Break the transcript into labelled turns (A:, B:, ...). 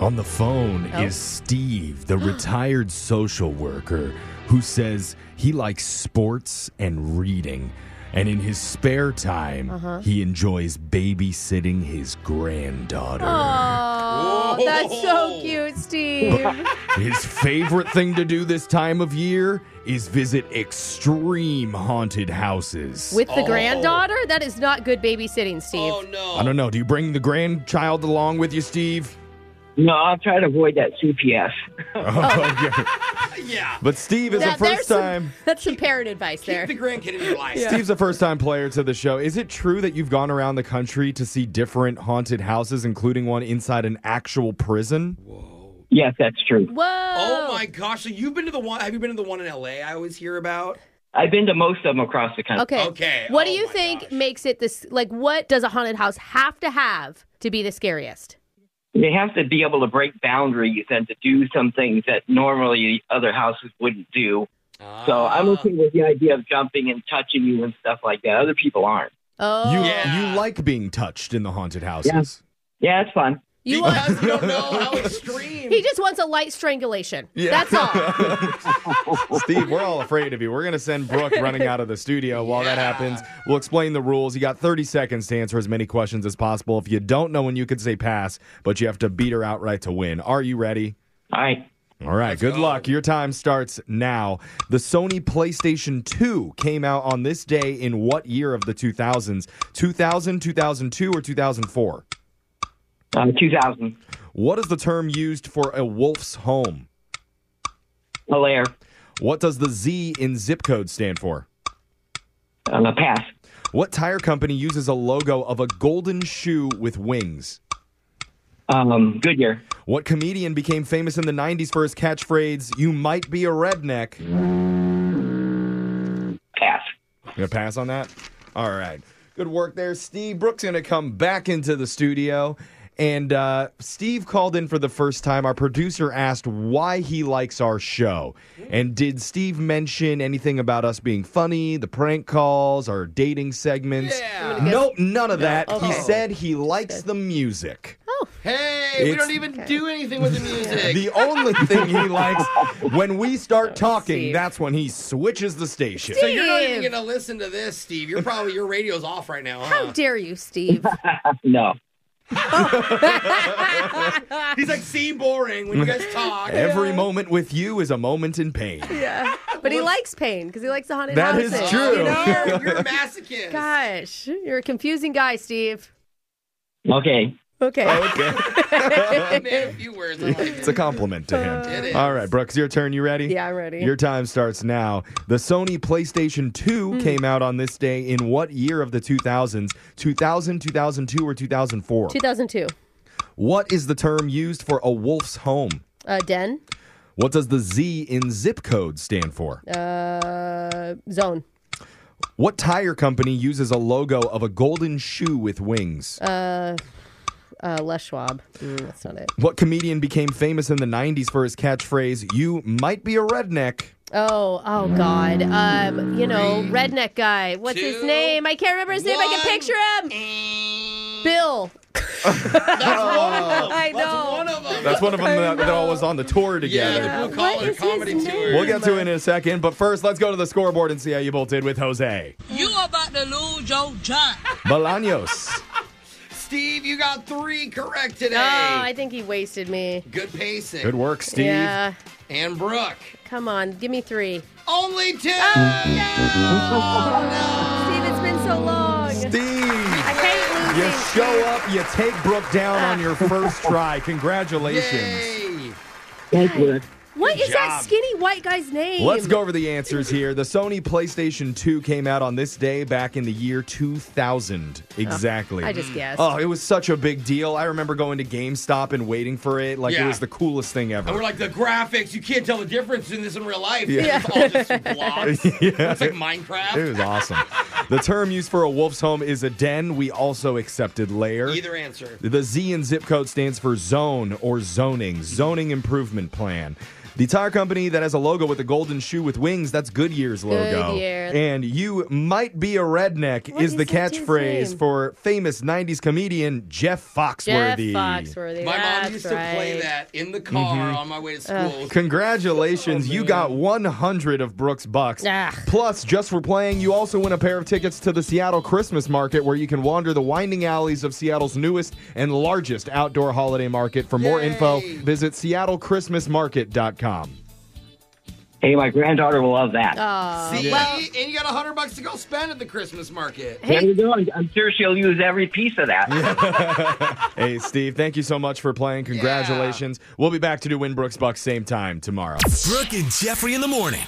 A: On the phone
B: Oh.
A: is Steve, the retired social worker, who says he likes sports and reading. And in his spare time,
B: Uh-huh.
A: he enjoys babysitting his granddaughter.
B: Oh, that's so cute, Steve.
A: His favorite thing to do this time of year is visit extreme haunted houses.
B: With the
C: Oh.
B: granddaughter? That is not good babysitting, Steve.
C: Oh no!
A: I don't know. Do you bring the grandchild along with you, Steve?
D: No, I'll try to avoid that CPS.
A: Oh, okay.
C: Yeah,
A: But Steve is
B: That-
A: the
B: there's
A: first
B: some-
A: time.
B: that's some parent advice there.
C: keep the grandkid in your life.
A: Steve's a first time player to the show. Is it true that you've gone around the country to see different haunted houses, including one inside an actual prison?
D: Yes, that's true.
B: Whoa.
C: Oh my gosh! So you've been to the one? Have you been to the one in L.A. I always hear about?
D: I've been to most of them across the country.
B: Okay.
C: Okay.
B: What
C: Oh,
B: do you
C: my
B: think
C: gosh.
B: makes it this like what does a haunted house have to have to be the scariest?
D: They have to be able to break boundaries and to do some things that normally other houses wouldn't do. So
C: Ah.
D: I'm okay with the idea of jumping and touching you and stuff like that. Other people aren't.
B: Oh.
A: You,
C: Yeah.
A: you like being touched in the haunted houses.
D: Yeah, it's fun.
B: you want
C: Because you don't know how extreme.
B: He just wants a light strangulation.
A: Yeah.
B: That's all.
A: Steve, we're all afraid of you. We're going to send Brooke running out of the studio while that
C: Yeah.
A: happens. We'll explain the rules. You got 30 seconds to answer as many questions as possible. If you don't know when you could say pass, but you have to beat her outright to win. Are you ready?
D: All right.
A: All right, good
C: go.
A: luck. Your time starts now. The Sony PlayStation 2 came out on this day in what year of the 2000s? 2000, 2002, or 2004?
D: Uh, 2000.
A: What is the term used for a wolf's home?
D: Hilaire.
A: What does the Z in zip code stand for?
D: Uh, pass.
A: What tire company uses a logo of a golden shoe with wings?
D: Um, Goodyear.
A: What comedian became famous in the 90s for his catchphrase, You might be a redneck?
D: Pass.
A: Gonna pass on that? All right. Good work there, Steve. Brooks gonna come back into the studio. And uh, Steve called in for the first time. Our producer asked why he likes our show. And did Steve mention anything about us being funny, the prank calls, our dating segments?
C: Yeah.
A: Nope, none of that. He
B: Okay. Oh.
A: said he likes the music.
C: Hey, we
A: It's-
C: don't even do anything with the music.
A: The only thing he likes when we start talking,
B: Oh, Steve.
A: that's when he switches the station.
C: so you're not even
B: Steve.
C: gonna listen to this, Steve. You're probably your radio's off right now.
B: How
C: Huh?
B: dare you, Steve?
D: No.
C: He's like, see, boring when you guys talk.
A: Every moment with you is a moment in pain.
B: yeah. But he likes pain because he likes the haunted
A: That
B: houses.
A: is true.
B: You know?
C: Oh, You're, you're a masochist.
B: Gosh, you're a confusing guy, Steve.
D: Okay.
B: Okay.
A: Okay.
C: Oh, man, a few words. I like
A: It's a compliment to him.
C: It is.
A: All right, Brooks, your turn. You ready?
B: yeah, I'm ready.
A: Your time starts now. The Sony PlayStation 2 came out on this day in what year of the 2000s? 2000, 2002, or 2004?
B: 2002.
A: What is the term used for a wolf's home?
B: Uh, Den.
A: What does the Z in zip code stand for?
B: Uh, zone.
A: What tire company uses a logo of a golden shoe with wings?
B: Uh, Les Schwab. Mm, that's not it.
A: what comedian became famous in the 90s for his catchphrase, You might be a redneck?
B: Oh, oh God. Um, you know, redneck guy. What's his
C: two,
B: name? I can't remember his name. I
C: one.
B: can picture him.
C: That's
B: Bill.
C: one of them.
B: I know.
C: That's one of them.
A: That's one of them that, that all was on the tour
C: yeah,
A: together.
C: the blue
B: What
C: collar
B: is his
C: comedy
B: name?
C: tour.
A: We'll get to it in a second, but first, let's go to the scoreboard and see how you both did with Jose.
E: You about to lose your job.
A: Bolaños.
C: Steve, you got three correct today.
B: Oh, I think he wasted me.
C: Good pacing.
A: Good work, Steve.
B: Yeah.
C: And Brooke,
B: Come on, give me three.
C: only two.
B: Steve, it's been so long.
A: Steve,
B: I hate
A: you
B: losing.
A: show up, you take Brooke down on your first try. Congratulations.
C: Yay.
D: Thank you.
B: What is that
C: job.
B: skinny white guy's name?
A: Let's go over the answers here. The Sony PlayStation 2 came out on this day back in the year 2000. Exactly.
B: I just guessed.
A: Oh, it was such a big deal. I remember going to GameStop and waiting for it. Like, it
C: Yeah.
A: was the coolest thing ever.
C: And we're like, the graphics, you can't tell the difference in this in real life. It's all just blocks. It's like Minecraft.
A: It was awesome. the term used for a wolf's home is a den. We also accepted lair.
C: Either answer.
A: the Z in zip code stands for zone or zoning, zoning improvement plan. The tire company that has a logo with a golden shoe with wings, that's Goodyear's logo.
B: Goodyear.
A: And you might be a redneck
B: What
A: is
B: is
A: the
B: that dude's
A: catchphrase
B: name?
A: for famous 90s comedian Jeff
B: Jeff
A: Foxworthy.
B: Foxworthy.
C: My
B: that's
C: mom used to
B: right.
C: play that in the car on my way to school.
A: Congratulations, you got 100 of Brooks Bucks.
B: Ah.
A: Plus, just for playing, you also win a pair of tickets to the Seattle Christmas Market where you can wander the winding alleys of Seattle's newest and largest outdoor holiday market. For more
C: Yay.
A: info, visit seattlechristmasmarket.com.
D: Hey, my granddaughter will love that.
B: Aw.
C: See,
B: Well,
C: and you got a hundred bucks to go spend at the Christmas market.
D: there you go. I'm sure she'll use every piece of that.
A: Hey, Steve, thank you so much for playing. Congratulations. We'll be back to do Win Brooks Bucks same time tomorrow.
F: Brooke and Jeffrey in the morning.